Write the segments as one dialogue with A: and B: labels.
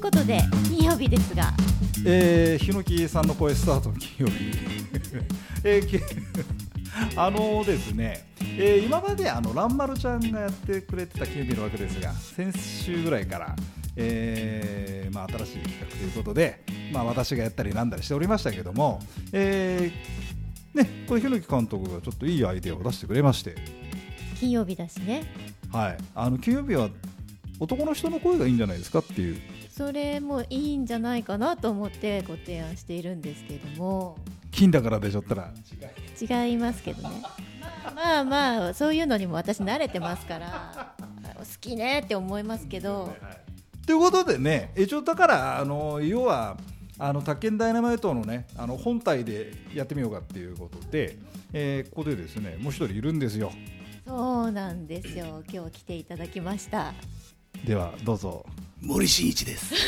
A: ことで金曜日ですが
B: えー、ヒノキさんの声スタートの金曜日、 えーき あのですね、えー今まであのランマルちゃんがやってくれてた金曜日のわけですが先週ぐらいから、えーまあ、新しい企画ということで、まあ、私がやったりなんだりしておりましたけども、えーね、これヒノキ監督がちょっといいアイデアを出してくれまして、
A: 金曜日だしね
B: はい、あの金曜日は男の人の声がいいんじゃないですかっていう
A: それもいいんじゃないかなと思ってご提案しているんですけども
B: 金だからでしょったら
A: 違いますけどねまあまあまあそういうのにも私慣れてますから好きねって思いますけど
B: ということでね、一応だから、あの要は、あの宅建ダイナマイトのね、あの本体でやってみようかっていうことで、えーここでですね、もう一人いるんですよ。
A: そうなんですよ今日来ていただきました
B: では、どうぞ。
C: 森進一です。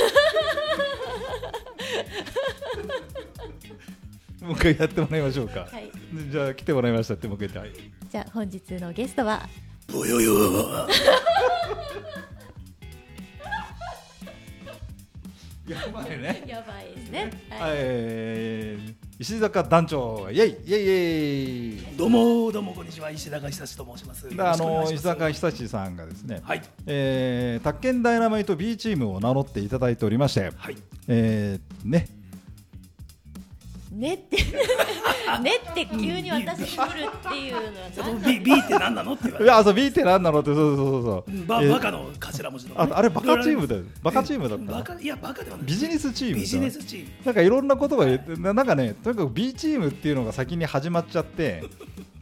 B: もう一回やってもらいましょうか。
A: はい
B: でじゃあ、来てもらいましたって、もう一回言って。
A: じゃあ本日のゲストは
C: ぼよよ。
B: やばいね。
A: やばいですね、
B: はいい、石坂団長、イェイイェイイェ
C: どうもどうもこんにちは石高久志と申します。
B: イ。であの石坂
C: 久
B: 久志さんがですね、
C: はい
B: えー宅建ダイナマイト B チームを名乗っていただいておりまして、
C: はい。
B: えー、ね、
A: ねって ねって急に私来るっていうのは
C: そ
A: な
C: の
A: ん
C: B B って何なのって言わ
B: い
C: れて
B: や、そう、B ってなんなのって、そうそうそうそう。
C: ば
B: えー
C: バカの頭文字のね、
B: ああれ、バカチームだよ。バカチームだ
C: バ
B: った
C: カ
B: の。
C: いやバカではない。
B: ビジネスチーム
C: ビジネスチーム。
B: なんかいろんなことが言って、ななんかね、とにかく B チームっていうのが先に始まっちゃって、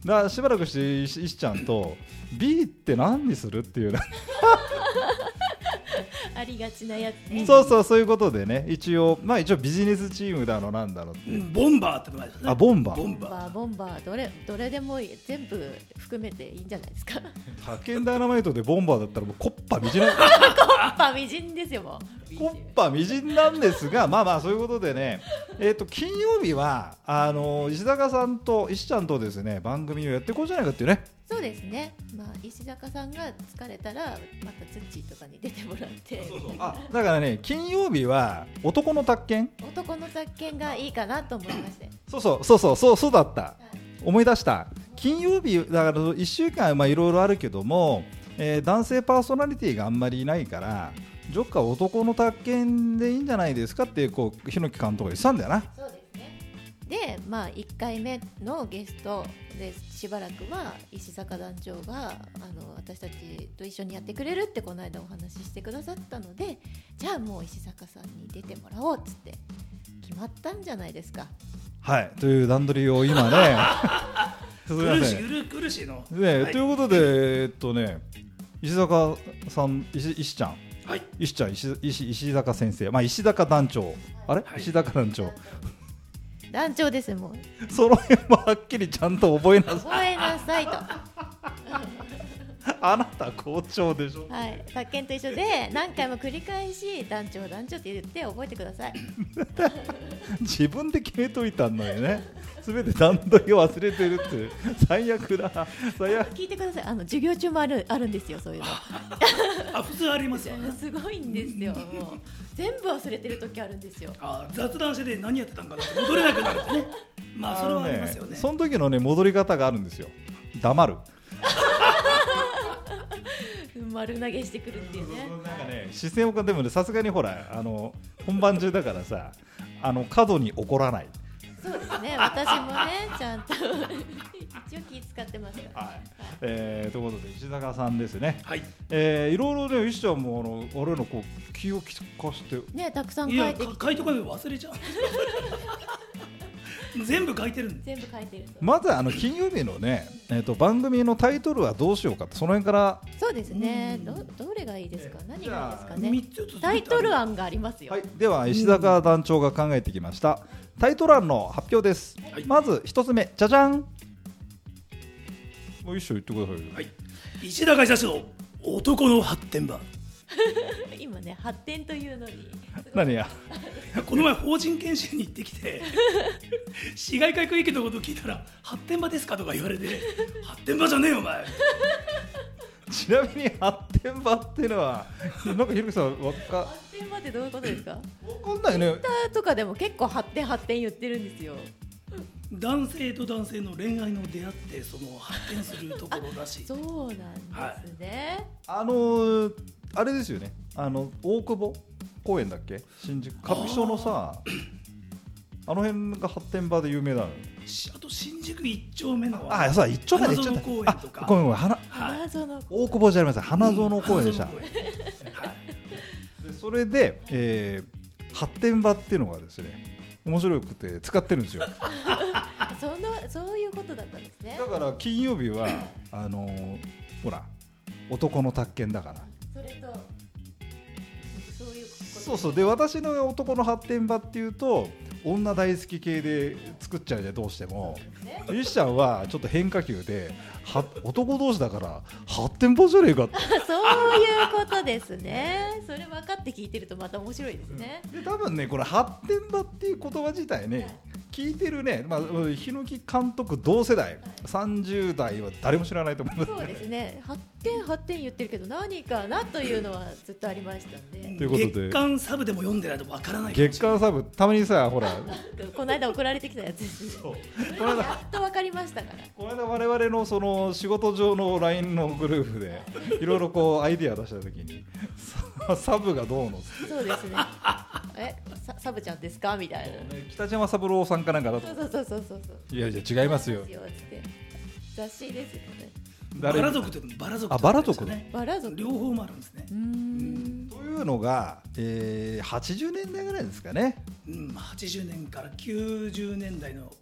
B: だしばらくして、いしいしちゃんと、B って何にするっていうね、
A: ありがちなやつね
B: そうそう、そういうことでね、一応、まあ一応ビジネスチームだの、なんだのって。
C: うんボンバーって名前ですね。
B: あボンバー
C: ボン
A: ボン
C: バ
A: バーボンバーどれどれでもいい全部含めていいんじゃないですか
B: 派遣ダイナマイトでボンバーだったら、もうコッパみじんな、
A: や っぱ美人ですよもう
B: コッパみじんなんですが、まあまあ、そういうことでね、えっ、と、金曜日は、あの、石坂さんと、いしちゃんとですね、番組をやっていこうじゃないかっていうね。
A: そうですねまあ石坂さんが疲れたらまたツッチーとかに出てもらって
B: あだからね金曜日は男の宅建
A: 男の作権がいいかなと思いま して
B: そうそうそうそうそうそうだった
A: はい
B: 思い出した金曜日だから1週間まあいろいろあるけども、えー男性パーソナリティがあんまりいないからジョッカー男の宅建でいいんじゃないですかってこう檜監督が言ってたんだよな
A: そうですねでまあ1回目のゲストでしばらくは石坂団長があの私たちと一緒にやってくれるってこの間お話ししてくださったのでじゃあもう石坂さんに出てもらおうっつって決まったんじゃないですか
B: はいという段取りを今 ねすみま
C: ー。苦
B: せ
C: し
B: ん
C: い苦苦しいの。
B: ね、
C: はい
B: ということでえっとね石坂さん石石ちゃん
C: はい。
B: 石ちゃん石石石坂先生、まあ、石坂団長あれ、
C: はい
B: 石坂団長
A: 団長ですもう
B: その辺もはっきりちゃんと覚えなさ
A: 覚えな さいと。
B: いあなた校長でしょ
A: はい、宅建と一緒で何回も繰り返し団長団長って言って覚えてください。
B: 自分で決めといたのよね全て段取りを忘れてるって最悪だ最悪
A: 聞いてください。あの授業中もあるあるんですよそういうの。
C: あ普通ありますよ。
A: すごいんですよ。もう全部忘れてる時あるんですよ。
C: あ雑談してて何やってたんかなって戻れなくなるってね。まあそれはありますよ
B: の
C: ね。
B: その時のね戻り方があるんですよ黙る
A: 丸投げしてくるっていうね。
B: なんかね視線をでもねさすがにほらあの本番中だからさあの過度に怒らない
A: そうですね。私もねちゃんと一応気使ってますから。
B: はい、えー、ということで石坂さんですね
C: はい。
B: えー、いろいろね、石ちゃんもあの俺のこう気を利かして、
A: ねたくさん
C: い
A: 書
C: や
A: いてき
C: か書いとかないと忘 れちゃう。全部書いてるんで。
A: 全部書いてると。
B: まずあの金曜日のね、えっ、と番組のタイトルはどうしようかってその辺から、
A: そうですね。
C: う
A: どどれがいいですか。何がいいですか
C: 三
A: ね。
C: つずつ。
A: タイトル。案がありますよ。
B: はい、では石坂団長が考えてきましたタイトル案の発表です。
C: はい
B: まず一つ目、じゃじゃん。もう一緒言ってくださいよ。
C: はい。石高久志の男の発展版。
A: 今ね発展というのに。
B: 何や、
C: この前法人研修に行ってきて市外科区域のこと聞いたら「発展場ですか?」とか言われて「発展場じゃねえよお前
B: ちなみに発展場っていうのは、なんかひろきさんわか
A: 発展場ってどういうことですか
B: かんないね
A: ツイッターとかでも結構発展発展言ってるんですよ
C: 男性と男性の恋愛の出会ってその発展するところらしい
A: そうなんですね、
B: あのーあれですよねあの大久保公園だっけ新宿歌舞伎町のさあの辺が発展場で有名なのよ
C: しあと新宿一丁目の
B: あそうだ一丁目で一丁
C: 花園公園とか
B: あごめんごめん花
C: はい
A: 花園
B: 大久保じゃありません花園公園でした、
C: 花園公園はい
B: でそれで、えー発展場っていうのがですね面白くて使ってるんですよだ
A: そんなそういうことだったんですね
B: から金曜日はあのーほら男の宅建だから
A: それとそういうこと
B: そうそうで私の男の発展場っていうと女大好き系で作っちゃうじゃんどうしても
A: ね
B: ゆしちゃんはちょっと変化球では男同士だから発展場じゃねえかって
A: そういうことですね。それ分かって聞いてるとまた面白いですね。
B: で多分ねこれ発展場っていう言葉自体ね聞いてるね、まあ、日野木監督同世代30代は誰も知らないと思います
A: そうですね。発展発展言ってるけど何かなというのはずっとありましたんで。
B: ということで
C: 月刊サブでも読んでないとわからないかもし
B: 月刊サブたま にさほら
A: この間送られてきたやつです。
B: この間
A: やっと分かりましたから。
B: この間我々のその仕事上の LINE のグループでいろいろこうアイディア出した時にさサブがどうのって
A: そうですね。え、ササブちゃんですかみたいな。
B: ね北島三郎さんかなんかだと
A: そうそうそうそうそう。
B: いやいや違いますよ
A: 違つって雑誌ですよね。
C: れないバ
B: 誰
C: ラ
B: と
C: 族とバラ族
B: あバラ族
C: とね
A: バラ族。
C: 両方もあるんですね
A: うーん。
B: いうのが、えー、80年代ぐらいですかね
C: うん80年から90年代の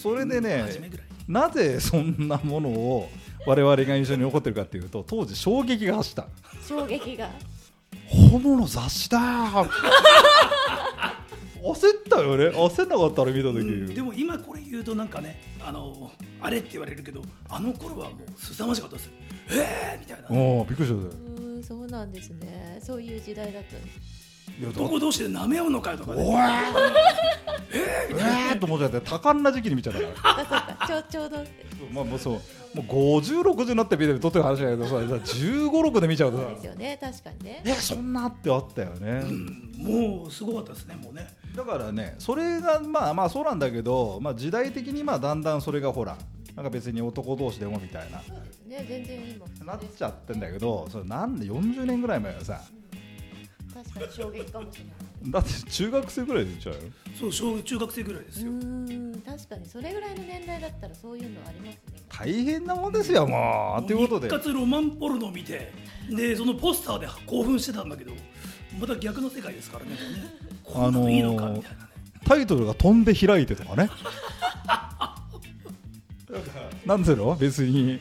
B: それでね
C: 初めぐらい
B: なぜそんなものを我々が印象に残ってるかっていうと当時衝撃が走った
A: 衝撃が。
B: 本物の雑誌だー焦ったよね焦んなかったら見た時、
C: うんでも今これ言うとなんかねあのあれって言われるけどあの頃はもう凄まじかったですよえーみたいな
B: おーびっくりし
A: うーん、そうなんですね。そういう時代だったんです。
B: たよ
C: 男同士で舐め合うのかよとか
B: お
C: ね
B: ーえーと思っちゃって多感な時期に見ちゃったから
A: あそうかちょちょうど
B: まあもうそうもう5060になって見てるとってる話だけどさ1516で見ちゃうと
A: そう
B: さ
A: ですよね確かにね
B: えそんなってあったよね、
C: うんもうすごかったですねもうね
B: だからねそれがまあまあそうなんだけど、まあ、時代的にまあだんだんそれがほらなんか別に男同士でもみたいな
A: そうですね全然今
B: なっちゃってんだけどそれなんで40年ぐらい前はさ
A: 確かに衝撃かもしれない
B: だって中学生ぐらいでちゃうよ
C: そう小中学生ぐらいです
A: う
C: よ
A: ーん確かにそれぐらいの年代だったらそういうのありますね
B: 大変なもんですよもうということで
C: 日活ロマンポルノを見てでそのポスターで興奮してたんだけどまた逆の世界ですからねもうねこんなのいいのかみたいなね、
B: タイトルが「飛んで開いて」とかね なんつうの別に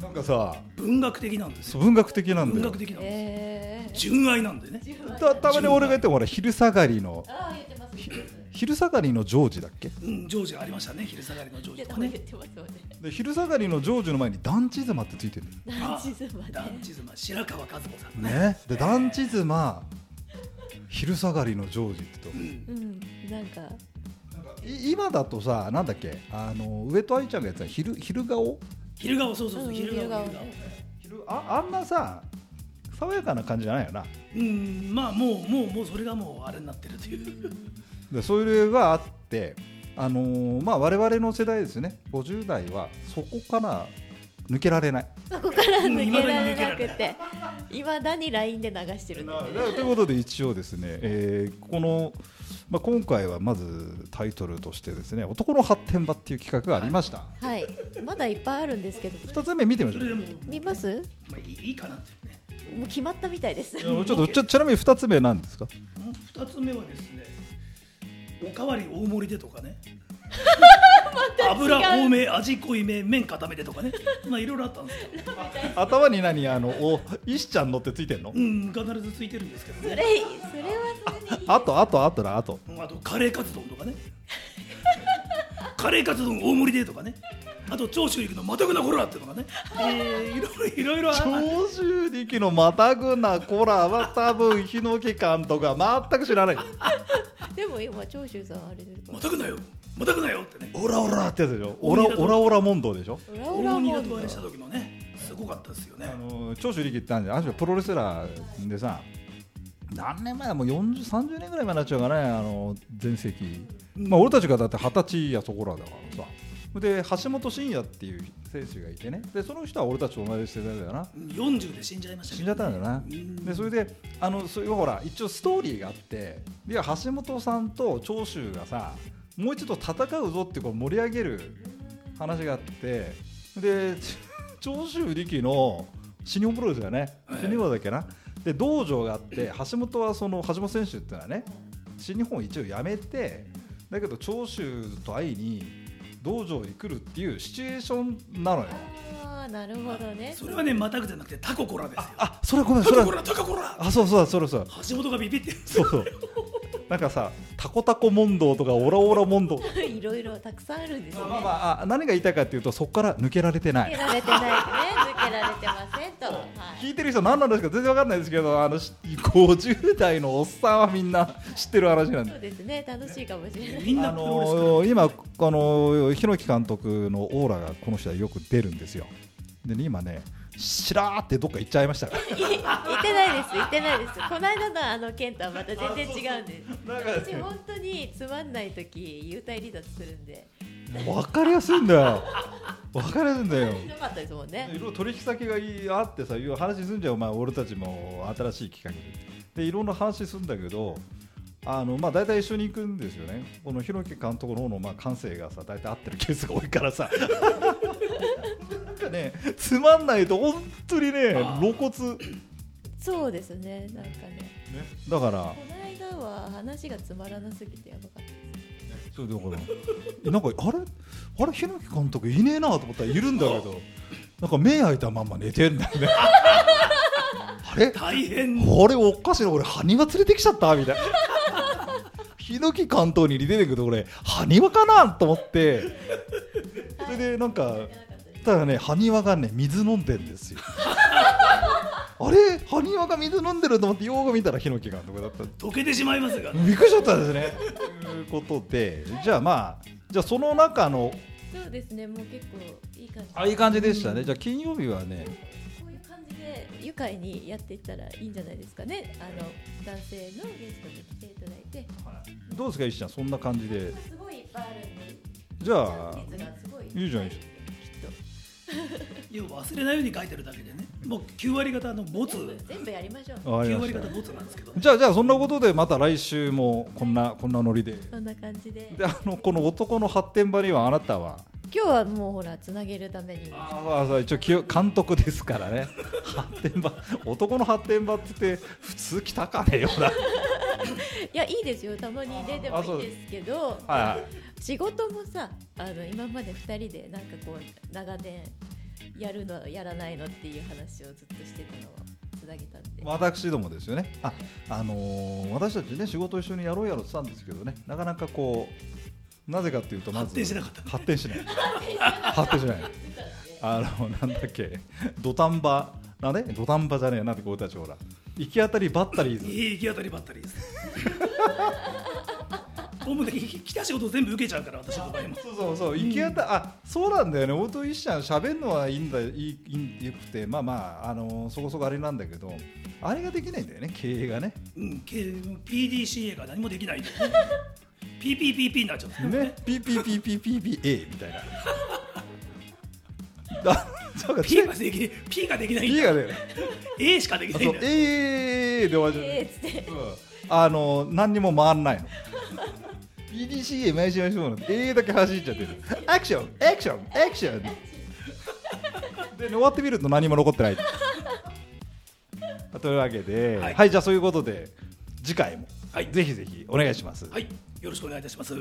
B: なんかさ
C: 文学的なんですよ
B: 文学的なんだ
C: 文
B: よ
C: 学的なんです、
A: ええ
C: 純愛なんでね
B: たたまに俺が言ってもほら昼下がりの
A: ああ言ってます言ってます
B: 昼下がりのジョージだっけ
C: うん、ジョージがありましたね、昼下がりのジョ
A: 言
C: ージ
A: って
C: とか
A: ます
C: ね
A: 言。ってますよね
B: で昼下がりのジョージの前に「団地妻」ってついてる
A: 何時ズまで
C: ダンチ妻、白川和子さんね。
B: ねで団地妻昼下がりのジョージってと
C: うん
A: うんなんか
B: い今だとさなんだっけあの上戸愛ちゃんがやつは昼昼顔
C: 昼顔、そうそうそうう、
A: ん
C: 昼顔、
A: 昼
C: 昼
A: 顔
B: 昼
C: 顔。
B: ああんなさ爽やかな感じじゃないよな
C: うん、まあ、もう、もう、もう、それがもう、あれになってるという。
B: でそれがあってあのーまあ我々の世代ですね50代はそこから抜けられない
A: そこから抜けられな
C: うん未だに抜け
A: くていまだに LINE で流してるんで
B: だからということで一応ですね、えーこの、まあ、今回はまずタイトルとしてですね「男の発展場」っていう企画がありました、
A: はいまだいっぱいあるんですけど
B: 二つ目見てみ
C: そ
B: まし
C: れ
B: ょ
C: で
B: う
C: も、
A: 見ます
C: まあ、いい、いいかなっていうね。
A: もう決まったみたいです
B: いやちょっとちょちなみに二つ目なんですか
C: うん二つ目はですね。おかわり大盛りでとかね。油多め、味濃いめ、麺固めでとかね。まあ、いろいろあったんですよ。
B: 頭に何あのお石ちゃんのってついてんの
C: うん、必ずついてるんですけど
A: そ
C: ね。
A: れそれはそれでいい
B: あとあとあとだあと
C: うんあとカレーカツ丼とかねカレーカツ丼大盛りでとかねあと長州力の「またぐなこら!」っていうのがね、えー、いろいろいろいろあ
B: 長州力のまたぐなコラは多分日野木監督は全く知らない
A: でも今長州さんあれですか
C: またぐなよまたぐなよってね
B: オラオラってやつでしょオラオラオラ問答でしょ
A: オラ
C: 大
A: オラ
C: 盛
A: モ
C: り
A: ン
C: と
A: ド
C: あれした時のねすごかったですよ
B: あ
C: ね
B: の長州力ってあるじゃんあの人プロレスラーでさ何年前だもう40 30年ぐらい前になっちゃうかねあの全盛期、
C: うん
B: まあ、俺たちがだって二十歳やそこらだからさで橋本真也っていう選手がいてねでその人は俺たちと同じ世代だよな
C: 40で死んじゃいました
B: 死
C: け
B: ん
C: ど
B: じゃったんだよな、
C: うん
B: でそれであのそういうほら一応ストーリーがあっていや橋本さんと長州がさもう一度戦うぞってこう盛り上げる話があってで ち長州力の新日本プロレスがね
C: はい
B: 新日本だっけな、で道場があって橋本はその橋本選手っていうのはね新日本を一応やめてだけど長州と会いに道場に来るっていうシチュエーションなのよ。
A: ああなるほどね
C: それはねまたぐじゃなくてタココラですよ
B: あそれはごめん
C: タ
B: それ
C: コ
B: は
C: コラタココラ
B: あそうそうそれそう
C: 橋本がビビってる
B: そうそう。なんかさ、タコタコ問答とかオラオラ問答。
A: いろいろたくさんあるんですね
B: まあまあまあ、あ何が言いたいかっていうと、そこから抜けられてな
A: 抜け
B: い。
A: られてないね抜けられてませんとはい
B: 聞いてる人何なんですか全然わかんないですけど、あのし50代のおっさんはみんな知ってる話なんで
A: そう。ですね楽しいかもしれない
C: みんな
B: あ
C: プロレス
B: のー今、あのー檜木監督のオーラがこの人はよく出るんですよ。でね、今ね、しらーってどっか行っちゃいましたか
A: い
B: ら。
A: 行ってないです行ってないですこの間のあのケンとはまた全然違うんで
B: なんか
A: 私本当につまんない時幽体離脱するんで
B: わかりやすいんだよ。わかりやすいんだよ。
A: ひどかったですもんね
B: いろいろ取引先がいいあってさ、いろいろ話すんじゃん、お前、俺たちも新しい企画で。で、いろんな話すんだけど、あのまあ、大体一緒に行くんですよね、この広木監督の方のまあ感性がさ、大体合ってるケースが多いからさ、なんかね、つまんないと、本当にね、
C: あ
B: 露骨、ね、
A: そうですねなんかね
B: だから
A: こ、の間は話がつまらなすぎてやばかった
B: そうだから、なんか、あれ、あれ、広木監督いねえなと思ったら、いるんだけど、なんか目開いたまんま寝てんだよね。あれ
C: 大変
B: これおかしいな俺埴輪連れてきちゃったみたいなヒノキ関東に出てくるとこれ埴輪かなと思ってそれでなんかただね埴輪がね水飲んでんですよあれ埴輪が水飲んでると思ってよく見たらヒノキ監督だった
C: 溶けてしまいますが
B: びっくりしちゃったんですねということでじゃあまあじゃあその中の
A: そうですねもう結構いい感じ
B: あいい感じでしたねじゃあ金曜日はね
A: こういう感じで愉快にやっていったらいいんじゃないですかね。あの男性のゲストに来ていただいて、
B: どうですか石ちゃんそんな感じです
A: ごいいっぱいあるんで、
B: じゃあ
A: 率がすごい
B: いいじゃんいいじ
A: き
B: ゃん
A: っ
C: いや忘れないように書いてるだけでねもう9割方のボツ
A: と全部やりましょう。
B: わかり
C: 9
B: ま
C: 割
B: した
C: 方ボツなんですけど
B: じゃあじゃあそんなことでまた来週もこんなこんなノリで。
A: そんな感じで、
B: であのこの男の発展場にはあなたは
A: 今日はもうほらつなげるために、
B: ああ一応きよ監督ですからね発展場男の発展場って言って普通来たかねよな
A: いやいいですよ。たまに出ても
B: あそう
A: いいですけど、
B: はい
A: 仕事もさ、あの今まで二人でなんかこう長年やるのやらないのっていう話をずっとしてたのをつなげたんで。
B: 私どもですよねああのー私たちね仕事一緒にやろうやろうって言ってたんですけどねなかなかこうなぜかっていうとまず
C: 発展しなかった
B: 発展しない発展しないあのなんだっけ土壇場なんで土壇場じゃねえなんてこう俺たちほら行き当たりばったりーズ
C: いい行き当たりばっ たりですもうねき来た仕事全部受けちゃうから私の場合も
B: そうそうそう行き当た、あそうなんだよねオートイシャン喋るのはいいんだいいいいよくてまあまああのそこそこあれなんだけどあれができないんだよね経営がね
C: うん、け PDCA が何もできないんで PPPP になっちゃうんですよ
B: ね PPPPPPA みたいなあそうか
C: P ができ P ができない
B: P がね
C: A しかでき
B: あ
C: ない
B: と
C: んだ
B: A で終わっちゃう、
A: えーっつって。
B: うんあの何にも回んないの PDCA 毎週毎週なの A だけ走っちゃってるアクションアクションアクションで終わってみると何も残ってないというわけでは、
C: はいい
B: じゃあそういうことで次回も、
C: はい
B: ぜひぜひお願いします、
C: はいよろしくお願いいたします